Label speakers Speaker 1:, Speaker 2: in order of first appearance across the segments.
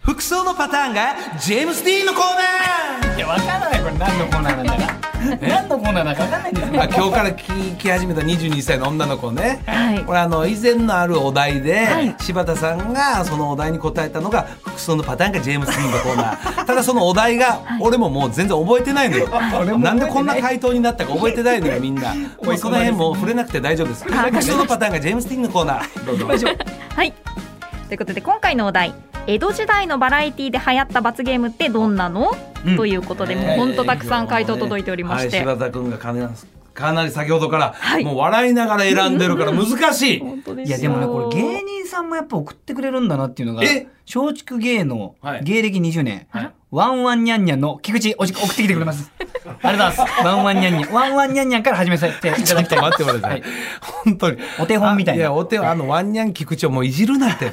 Speaker 1: 服装のパターンがジェームス・ディーンのコーナー
Speaker 2: いや、わからない、これ、何のコーナーなんだか。何のコーナーだか、わかんないんですよ。
Speaker 1: あ今日から聞き始めた22歳の女の子ね、
Speaker 3: はい
Speaker 1: これあの以前のあるお題で、
Speaker 3: はい
Speaker 1: 柴田さんがそのお題に答えたのが服装のパターンがジェームス・ディーンのコーナー ただそのお題が俺ももう全然覚えてないのよ、
Speaker 2: 俺も覚えてな
Speaker 1: ないんでこんな回答になったか覚えてないのよみんなもうその辺もう触れなくて大丈夫です服装のパターンがジェームス・ディーンのコーナーどうぞ
Speaker 3: はい。ということで今回のお題、江戸時代のバラエティで流行った罰ゲームってどんなの、
Speaker 1: うん
Speaker 3: ということで、もう本当たくさん回答届いておりまして。
Speaker 1: はい、柴田君がかなかなり先ほどから、
Speaker 3: い
Speaker 1: もう笑いながら選んでる から難しい。
Speaker 3: 本当です
Speaker 2: い
Speaker 3: よ
Speaker 2: やでもねこれ芸人さんもやっぱ送ってくれるんだなっていうのが
Speaker 1: え
Speaker 2: 松竹芸能、
Speaker 1: はい
Speaker 2: 芸歴20年、
Speaker 1: はい
Speaker 2: ワンワンニャンニャンの菊池おじ送ってきてくれます ありがとうございますワンワンニャンニャンワンワンニャンニャンから始めさせていただきたい
Speaker 1: 待ってください。
Speaker 2: はい
Speaker 1: 本当に。
Speaker 2: お手本みたいな
Speaker 1: あいや、お手本、あの、ワンニャン菊池をもういじるなん て。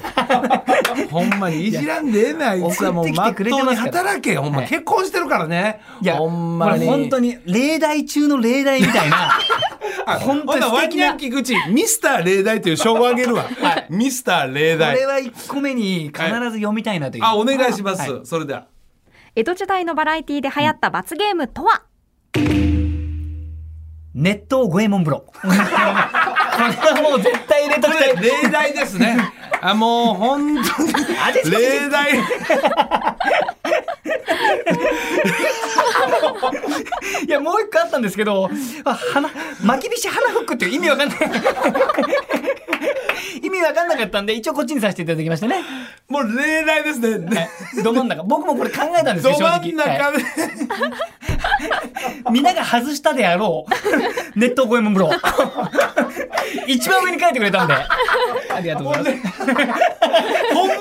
Speaker 1: ほんまに、いじらんでええねん、あいつはもう、
Speaker 2: 送っ
Speaker 1: ま
Speaker 2: て
Speaker 1: っ
Speaker 2: き
Speaker 1: とう
Speaker 2: てくれて
Speaker 1: に
Speaker 2: ますから
Speaker 1: 働けよ。ほんま、
Speaker 2: はい
Speaker 1: 結婚してるからね。
Speaker 2: いや
Speaker 1: ほんまに。
Speaker 2: これ本当に例題中の例題みたい な
Speaker 1: あ。
Speaker 2: 本当
Speaker 1: ほ
Speaker 2: に
Speaker 1: んならワ
Speaker 2: 素
Speaker 1: ン
Speaker 2: 敵
Speaker 1: ニャン
Speaker 2: なこ
Speaker 1: 菊池、ミスター例題という賞をあげるわ。
Speaker 2: はい
Speaker 1: ミスター例題
Speaker 2: れ。は1個目に必ず読みたいなという、
Speaker 1: あ、お願いします。
Speaker 2: はい
Speaker 1: それでは。
Speaker 3: 江戸時代のバラエティで流行った罰ゲームとは、
Speaker 2: 熱湯五右衛門 風呂これはもう絶対入れと
Speaker 1: こ
Speaker 2: きたい
Speaker 1: れ例題です ね。あもう本当に例題。
Speaker 2: いや、もう一個あったんですけど、あ花、巻きびし花フックっていう意味わかんない。 意味わかんなかったんで、一応こっちにさせていただきましたね。
Speaker 1: もう例題ですね。
Speaker 2: ど真ん中。僕もこれ考えたんです
Speaker 1: ど
Speaker 2: よ、正直。
Speaker 1: 真ん中
Speaker 2: は
Speaker 1: で。
Speaker 2: いみんなが外したであろう。ネット五右衛門風呂。一番上に書いてくれたんで。ありがとうございます。
Speaker 1: ほん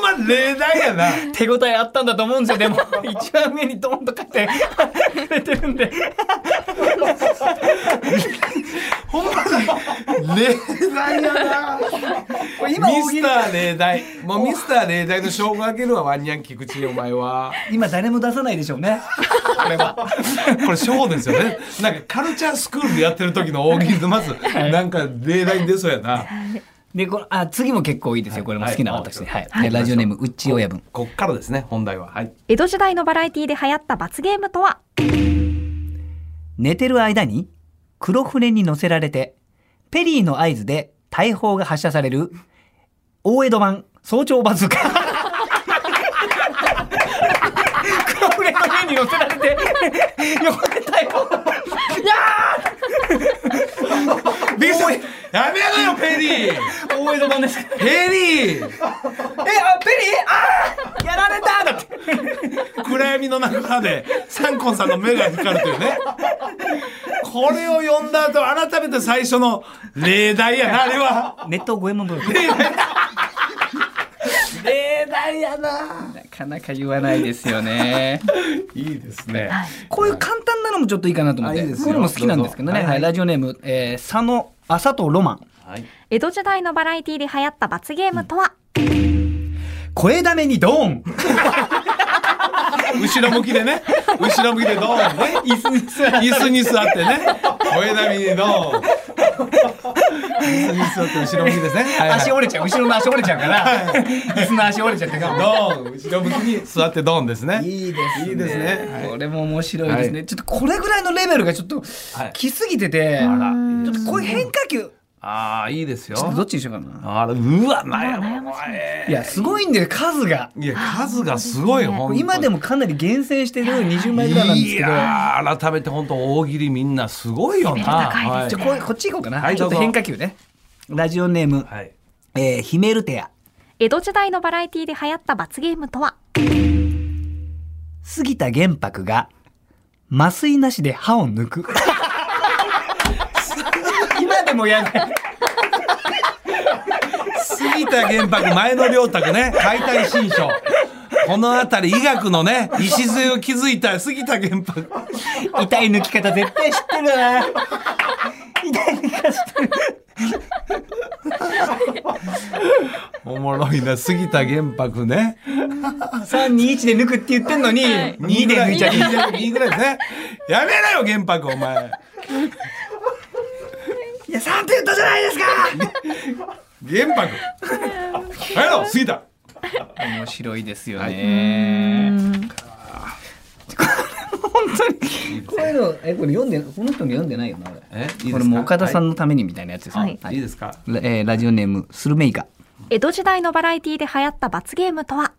Speaker 1: ま例題やな。
Speaker 2: 手応えあったんだと思うんですよ、でも。一番上にドンと書いて くれてるんで。
Speaker 1: ほんま例題やな。
Speaker 2: これ
Speaker 1: ミ
Speaker 2: 大喜
Speaker 1: ス
Speaker 2: 利
Speaker 1: ター例題。もうミスター例題の勝負あげるわ、ワンニャン菊池、お前は。
Speaker 2: 今誰も出さないでしょうね。これは。
Speaker 1: これ賞ですよね。なんかカルチャースクールでやってる時の大喜利でまず、なんか例題に出そうやな。
Speaker 2: でこれあ次も結構いいですよこれも好きな
Speaker 1: はい
Speaker 2: 私
Speaker 1: はい
Speaker 2: はい、でラジオネームうっち親分
Speaker 1: こっからですね、本題は。はい。
Speaker 3: 江戸時代のバラエティで流行った罰ゲームとは、
Speaker 2: 寝てる間に黒船に乗せられてペリーの合図で大砲が発射される大江戸版早朝バズーカ 黒船の上に乗せられて横で大砲いやービス
Speaker 1: やめろよ、ペリー
Speaker 2: 大江戸版ですえ
Speaker 1: ペリー
Speaker 2: あペリーあーやられただって
Speaker 1: 暗闇の中でサンコンさんの目が光るというねこれを読んだ後改めて最初の例題やなあれは
Speaker 2: ネット五右衛門風 呂。 例題やな。なかなか言わないですよね。
Speaker 1: いいですね
Speaker 2: こういう簡単なのもちょっといいかなと思って。
Speaker 1: あいいですよ
Speaker 2: これも好きなんですけど
Speaker 1: ど
Speaker 2: ね。
Speaker 1: うぞ
Speaker 2: はい、ラジオネーム、えー、佐野朝とロマン。
Speaker 1: はい
Speaker 3: 江戸時代のバラエティで流行った罰ゲームとは、
Speaker 2: 声だめにドーン。
Speaker 1: 後ろ向きでね後ろ向きでドーンね
Speaker 2: 椅子に座って
Speaker 1: 椅子に座ってね声並みにドーン椅子に座って後ろ向きですね、はいはい
Speaker 2: 足折れちゃう。後ろの足折れちゃうから。椅子の足折れちゃってから。
Speaker 1: ドーン後ろ向きに座ってドーンですね
Speaker 2: いいですね。
Speaker 1: いいですね
Speaker 2: これも面白いですね、
Speaker 1: は
Speaker 2: ちょっとこれぐらいのレベルがちょっと
Speaker 1: はい
Speaker 2: 来すぎてて、
Speaker 1: あら
Speaker 2: ちょっとこういう変化球、
Speaker 1: あーいいですよ
Speaker 2: ちょっとどっちにしようかな。
Speaker 1: あらうわ悩まし
Speaker 2: いや、すごいんだよ、数が。
Speaker 1: いや数がすごいよ本当に
Speaker 2: 今でもかなり厳選してる20枚ぐらいなんですけど。
Speaker 1: いやー改めて本当大喜利みんなすごいよな。は
Speaker 2: じゃあこうこっち行こうかな、
Speaker 1: はい
Speaker 2: ちょっと
Speaker 1: どうぞ
Speaker 2: 変化球ねラジオネーム、
Speaker 1: はい。
Speaker 2: えーヒメルテア
Speaker 3: 江戸時代のバラエティで流行った罰ゲームとは、
Speaker 2: 杉田玄白が麻酔なしで歯を抜く今でもやだ
Speaker 1: 杉田玄白前野良太ね解体新書。この辺り医学のね礎を築いた杉田玄白。
Speaker 2: 痛い抜き方絶対知ってるよな痛い抜き方知ってる
Speaker 1: おもろいな杉田玄白ね。
Speaker 2: 321で抜くって言ってんのに、2で抜いちゃう
Speaker 1: う。二ぐらいですね。やめろよ玄白お前。
Speaker 2: いや3って言ったじゃないですか
Speaker 1: 玄白。やめろ杉田。
Speaker 2: 面白いですよ
Speaker 1: は
Speaker 2: ね。本当にこういうのえこれ読んでこの人に読んでないよな俺。
Speaker 1: えいいですか
Speaker 2: これもう岡田さんのためにみたいなやつですね。
Speaker 3: はい
Speaker 1: いいですか
Speaker 2: ラえーラジオネームスルメイカ。
Speaker 3: 江戸時代のバラエティで流行った罰ゲームとは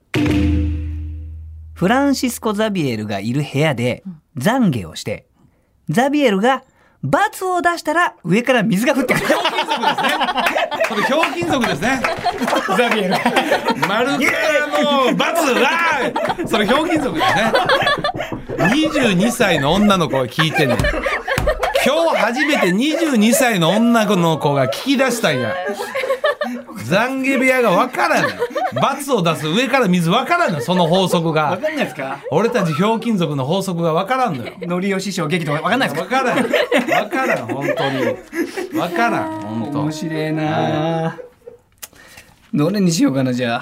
Speaker 2: フランシスコ・ザビエルがいる部屋で懺悔をして、ザビエルが罰を出したら上から水が降ってくる。
Speaker 1: これひょうきん族ですねザビエル丸からの罰わーいそれひょうきん族ですね22歳の女の子が聞いてんねん今日初めて22歳の女の子が聞き出したんや懺悔部屋がわからない罰を出す上から水わからないその法則
Speaker 2: わ
Speaker 1: が
Speaker 2: かんないですか
Speaker 1: 俺たちひょうきん族の法則がわからんのよ
Speaker 2: のりお師匠劇とかわかんないです
Speaker 1: わ
Speaker 2: か
Speaker 1: からんわからん本当にわからん本当
Speaker 2: 面白いなぁどれにしようかな、じゃあ。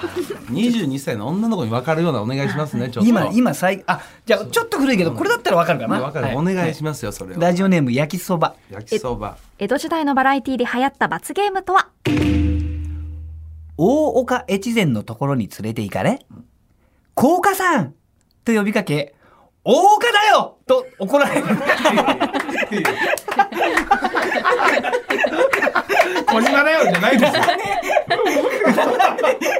Speaker 1: 22歳の女の子に分かるようなお願いしますねちょっと
Speaker 2: 今、今、最、あ、じゃあ、ちょっと古いけど、これだったらわかるかな。
Speaker 1: 分かる、
Speaker 2: はい
Speaker 1: お願いしますよそれは
Speaker 2: ラジオネーム、焼きそば。
Speaker 1: 焼きそば
Speaker 3: 江戸時代のバラエティで流行った罰ゲームとは
Speaker 2: 大岡越前のところに連れて行かれ、高岡さんと呼びかけ、大岡だよと怒られる。
Speaker 1: 小島だよじゃないですよ
Speaker 2: 大岡だよ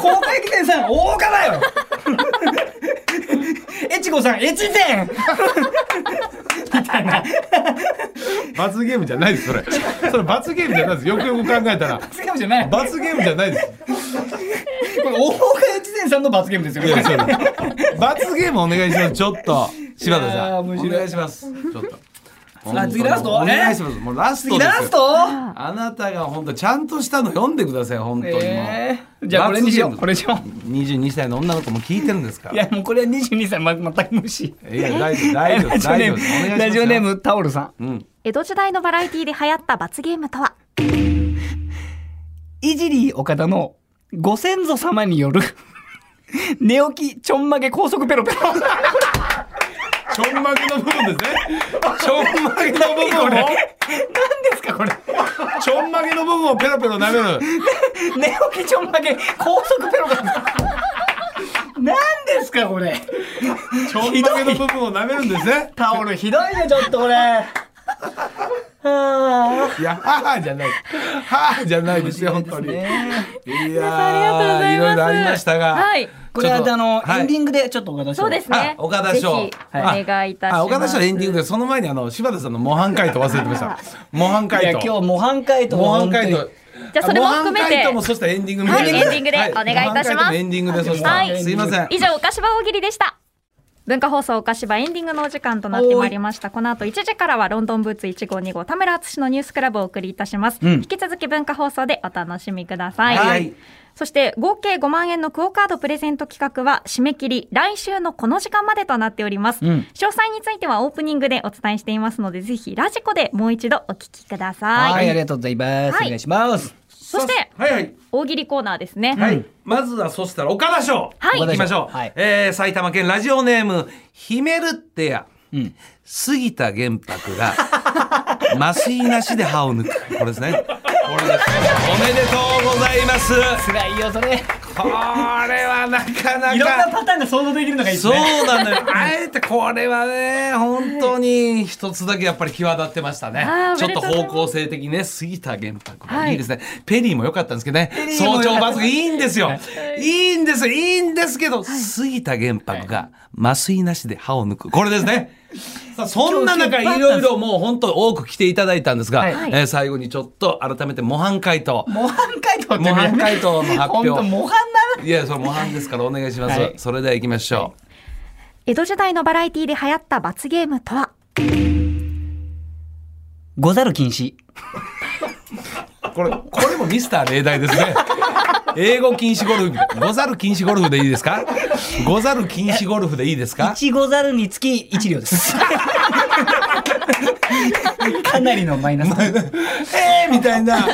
Speaker 2: 高岡駅伝さん大岡だよ 越後さん越前
Speaker 1: 罰ゲームじゃないですそれそれ罰ゲームじゃないですよくよく考えたら
Speaker 2: 罰ゲームじゃないこ
Speaker 1: 罰ゲームじゃないです
Speaker 2: れ大岡越前さんの罰ゲームですよ
Speaker 1: いや
Speaker 2: ね
Speaker 1: それ罰ゲームお願いしますちょっと柴田
Speaker 2: い
Speaker 1: さ
Speaker 2: やー
Speaker 1: ん
Speaker 2: 面
Speaker 1: お
Speaker 2: 白い
Speaker 1: 願いしますちょっと
Speaker 2: さあ次ラスト
Speaker 1: お願いしますもうラスト
Speaker 2: 次
Speaker 1: ですよ
Speaker 2: ラスト
Speaker 1: あなたが本当ちゃんとしたの読んでください本当にもう、
Speaker 2: えーじゃあこれにしようこれにしよ
Speaker 1: 22歳の女の子も聞いてるんですか
Speaker 2: うい
Speaker 1: ら
Speaker 2: やもうこれは22歳ま全く無視
Speaker 1: いや大丈夫大丈夫
Speaker 2: ラジオ
Speaker 1: 大
Speaker 2: ネ
Speaker 1: 丈夫お願いしま
Speaker 2: ーム
Speaker 1: すよ
Speaker 2: ラジオネームタオルさん
Speaker 1: うん
Speaker 3: 江戸時代のバラエティで流行った罰ゲームとはい
Speaker 2: じり岡田のご先祖様による 寝起きちょんまげ高速ペロペ ロ
Speaker 1: ちょんまげの部分ですねちょんまげの部分を
Speaker 2: 何ですかこれ
Speaker 1: ちょんまげの部分をペロペロ舐める
Speaker 2: 寝起きちょんまげ高速ペロペロ何ですかこれ
Speaker 1: ちょんまげの部分を舐めるんですね
Speaker 2: タオルひどいねちょっとこれあ
Speaker 1: いやはあじゃないはあじゃないですよ本当にいやーいろいろありましたが
Speaker 3: はい
Speaker 2: これ
Speaker 1: ちょっと
Speaker 2: はあの、
Speaker 1: はい
Speaker 2: エンディングでちょっとお渡しを
Speaker 3: そうですね
Speaker 1: あ岡田賞
Speaker 3: ぜひお願いいたします
Speaker 1: あ岡田賞エンディングでその前にあの柴田さんの模範解答忘れてました模範
Speaker 2: い
Speaker 1: 解
Speaker 2: や今
Speaker 1: 答
Speaker 2: 日模範解答
Speaker 1: 模範解答
Speaker 3: じゃあそれも含めて
Speaker 1: 模範解答もそしたらエンディングみたいな
Speaker 3: はいエンディングでお願いいたし
Speaker 1: 模範解
Speaker 3: ます
Speaker 1: 答もエンディングでそしたら
Speaker 3: はい
Speaker 1: すいません
Speaker 3: 以上岡芝大喜利でした文化放送岡芝エンディングのお時間となってまいりましたこの後1時からはロンドンブーツ1号2号田村敦のニュースクラブをお送りいたします、
Speaker 2: ん
Speaker 3: 引き続き文化放送でお楽しみください、
Speaker 1: はい
Speaker 3: そして合計5万円のクオカードプレゼント企画は締め切り来週のこの時間までとなっております、
Speaker 2: うん
Speaker 3: 詳細についてはオープニングでお伝えしていますのでぜひラジコでもう一度お聞きください、
Speaker 2: はいありがとうございます、
Speaker 3: はい
Speaker 2: お願いします
Speaker 3: そして
Speaker 1: はいはい
Speaker 3: 大喜利コーナーですね、
Speaker 1: はい、まずはそしたら岡田賞、
Speaker 3: はい
Speaker 1: 行きましょう、
Speaker 2: はい
Speaker 1: えー埼玉県ラジオネームヒメルってや、杉田玄白が 麻酔なしで歯を抜くこれですねこれですおめでとうございます
Speaker 2: 辛いよそれ
Speaker 1: これはなかない
Speaker 2: ろんな
Speaker 1: か
Speaker 2: パターンが想像できるのがいいです
Speaker 1: そう
Speaker 2: ね
Speaker 1: なのよ あえてこれはね本当に一つだけやっぱり際立ってましたね
Speaker 3: あー
Speaker 1: ちょっと
Speaker 3: おめでと
Speaker 1: 方
Speaker 3: うございま
Speaker 1: 向
Speaker 3: す
Speaker 1: 性的にね杉田玄白が、
Speaker 3: はい
Speaker 1: い、いですねペリーも良かったんですけどね
Speaker 2: リーも
Speaker 1: 早
Speaker 2: 良かった
Speaker 1: 朝バスがいいんですよ、い、いんですよいいんですけど、杉田玄白が麻酔なしで歯を抜くこれですねさあそんな中い
Speaker 2: 今日
Speaker 1: ろいろもう本当多く来ていただいたんですが、
Speaker 2: はい
Speaker 1: えー最後にちょっと改めて模範解答
Speaker 2: 模範解答って
Speaker 1: 模範解答の発表
Speaker 2: 本当模範だない
Speaker 1: やそれ模範ですからお願いします、
Speaker 2: はい
Speaker 1: それでは行きましょう、
Speaker 3: 江戸時代のバラエティで流行った罰ゲームとは
Speaker 2: ござる禁止
Speaker 1: これ、これもミスター例題です ね。英語禁止ゴルフ、ござる禁止ゴルフでいいですか。ござる禁止ゴルフでいいですか。
Speaker 2: 一ござるにつき一両です。かなりのマイナス。
Speaker 1: えーみたいな。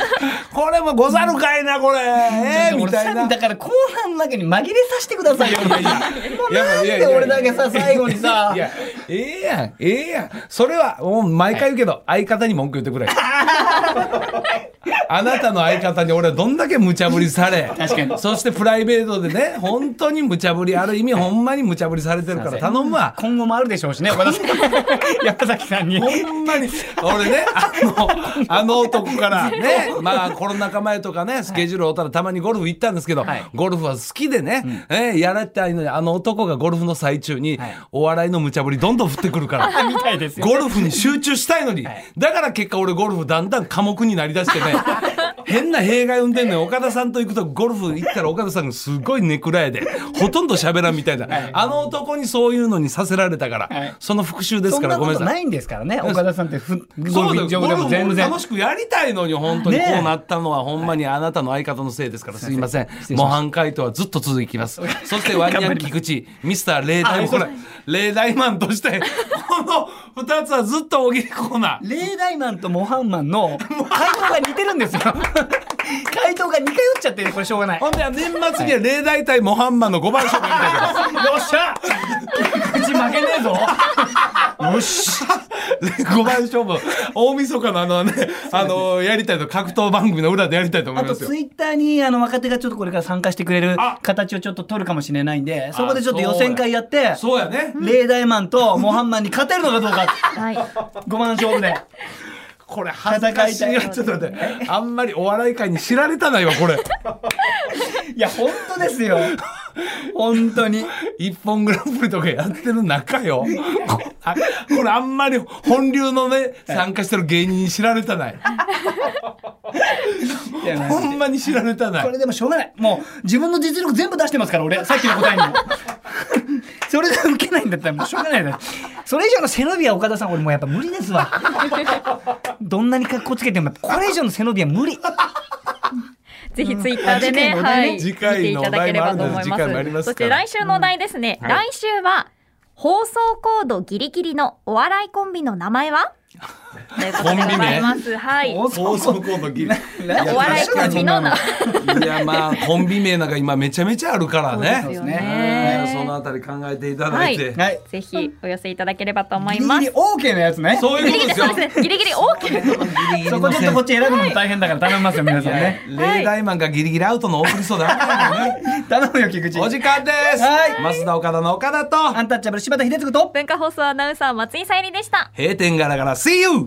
Speaker 1: これもござるかいな、これ。えーみたいな。
Speaker 2: 俺さだから後半の中に紛れさせてくださいよ。もうなん
Speaker 1: いやいやい
Speaker 2: で
Speaker 1: や
Speaker 2: 俺だけさ最後にさ
Speaker 1: い。や、ええやん、 ええやん。それは、もう毎回言うけど、相方に文句言ってくれ。あなたの相方に俺はどんだけ無茶ぶりされ
Speaker 2: 確かに
Speaker 1: そしてプライベートでね本当に無茶ぶりある意味ほんまに無茶ぶりされてるから
Speaker 2: すいません
Speaker 1: 頼むわ
Speaker 2: 今後もあるでしょ うしね、岡田さん山崎さんに。
Speaker 1: ほんまに 俺ねあのあの男からねまあコロナ禍前とかねスケジュールをったらたまにゴルフ行ったんですけど、
Speaker 2: はい
Speaker 1: ゴルフは好きでね、えーやられたいのにあの男がゴルフの最中に、
Speaker 2: はい
Speaker 1: お笑いの無茶ぶりどんどん振ってくるから
Speaker 2: あ みたいですよ。
Speaker 1: ゴルフに集中したいのに、
Speaker 2: はい
Speaker 1: だから結果俺ゴルフだんだん寡黙になりだしてね 変な弊害生んでんのよ岡田さんと行くとゴルフ行ったら岡田さんがすごいネクラやでほとんど喋らんみたいな、
Speaker 2: はい
Speaker 1: あの男にそういうのにさせられたから、
Speaker 2: はい
Speaker 1: その復讐です
Speaker 2: そん
Speaker 1: から
Speaker 2: な
Speaker 1: ごめ
Speaker 2: こ
Speaker 1: んなさ
Speaker 2: と
Speaker 1: い。
Speaker 2: ないんですからね、岡田さんってふ、ゴ
Speaker 1: そうだ
Speaker 2: ル
Speaker 1: よ
Speaker 2: フ上
Speaker 1: ゴ
Speaker 2: で
Speaker 1: ルフ
Speaker 2: も
Speaker 1: も
Speaker 2: 全然
Speaker 1: 楽。しくやりたいのに本当にこ
Speaker 2: ねえ
Speaker 1: うなったのはほんまにあなたの相方のせいですからすいません
Speaker 2: 失礼しま
Speaker 1: 模
Speaker 2: した
Speaker 1: 範解答はずっと続き ますそしてワニャン菊池ミスター霊大これ霊大マンとしてこの2つはずっとおぎりコーナー
Speaker 2: レーダイマンとモハンマンの回答が似てるん ですよ。回答が似通っちゃって、これしょうがない。よ
Speaker 1: ほんで年末には例大対モハンマンの5番勝負やりたい から
Speaker 2: っしゃ口負けねえぞ
Speaker 1: よし5番勝負大晦日のあのねあのやりたいと格闘番組の裏でやりたいと思
Speaker 2: あ
Speaker 1: いま
Speaker 2: と
Speaker 1: すよ
Speaker 2: ツイッターにあの若手がちょっとこれから参加してくれる形をちょっと取るかもしれないんで、そこでちょっと予選会やって、
Speaker 1: そうやね
Speaker 2: レーダイマンとモハンマンに勝てるのかどうか、
Speaker 3: はい。
Speaker 2: 5番 勝負で。
Speaker 1: これ恥ずかしい
Speaker 2: 戦いたい
Speaker 1: ちょっと待ってあんまりお笑い界に知られたないわこれ
Speaker 2: いや、本当ですよ。本当に。
Speaker 1: 一本グランプリとかやってる中よこあこれあんまり本流のね参加してる芸人に知られたない
Speaker 2: いや
Speaker 1: ほんまに知られたない
Speaker 2: これでもしょうがない。もう自分の実力全部出してますから、俺、さっきの答えにも。 それで受けないんだったらもうしょうがないだそれ以上の背伸びは岡田さん、俺もうやっぱ無理ですわ。どんなに格好つけても、これ以上の背伸びは無理。
Speaker 3: ぜひツイッターでね、
Speaker 2: うん
Speaker 3: はい、
Speaker 1: 次回のお題ね次
Speaker 3: 見てい
Speaker 1: 回
Speaker 3: ただ
Speaker 1: のお題もあ
Speaker 3: け
Speaker 1: る
Speaker 3: ればと思
Speaker 1: ん
Speaker 3: いま。
Speaker 1: ですす
Speaker 3: そ
Speaker 1: 次回もあり
Speaker 3: して来
Speaker 1: ます
Speaker 3: 週のお題ですね。
Speaker 1: は
Speaker 3: 来週は放送コードギリギリのお笑いコンビの名前は？ということでございます。はい。
Speaker 2: 放
Speaker 1: 放送コードギリ
Speaker 2: や
Speaker 3: お笑いコンビの名前。
Speaker 1: いやまあコンビ名なんか今めちゃめちゃあるからね
Speaker 3: そうですよ
Speaker 1: ねそ
Speaker 3: ね。
Speaker 1: のあたり考えていただいて、
Speaker 2: はい。
Speaker 3: ぜひお寄せいただければと思い
Speaker 2: ギリ
Speaker 3: ま
Speaker 2: ギ
Speaker 3: す
Speaker 2: リ。OK のやつね。
Speaker 1: そういうことですよ
Speaker 3: そうですねギリギリ OK。
Speaker 2: そこちょっとこっち選ぶの大変だから頼みますよ、皆さんね。
Speaker 1: 例題マンがギリギリアウトの送りそうだね
Speaker 2: 頼むよ、菊池。
Speaker 1: お時間です、
Speaker 2: はい
Speaker 1: 増田岡田の岡田と
Speaker 2: アンタッチャブル柴田秀嗣と。
Speaker 3: 文化放送アナウンサー松井さゆりでした。
Speaker 1: 閉店ガラガラ See you!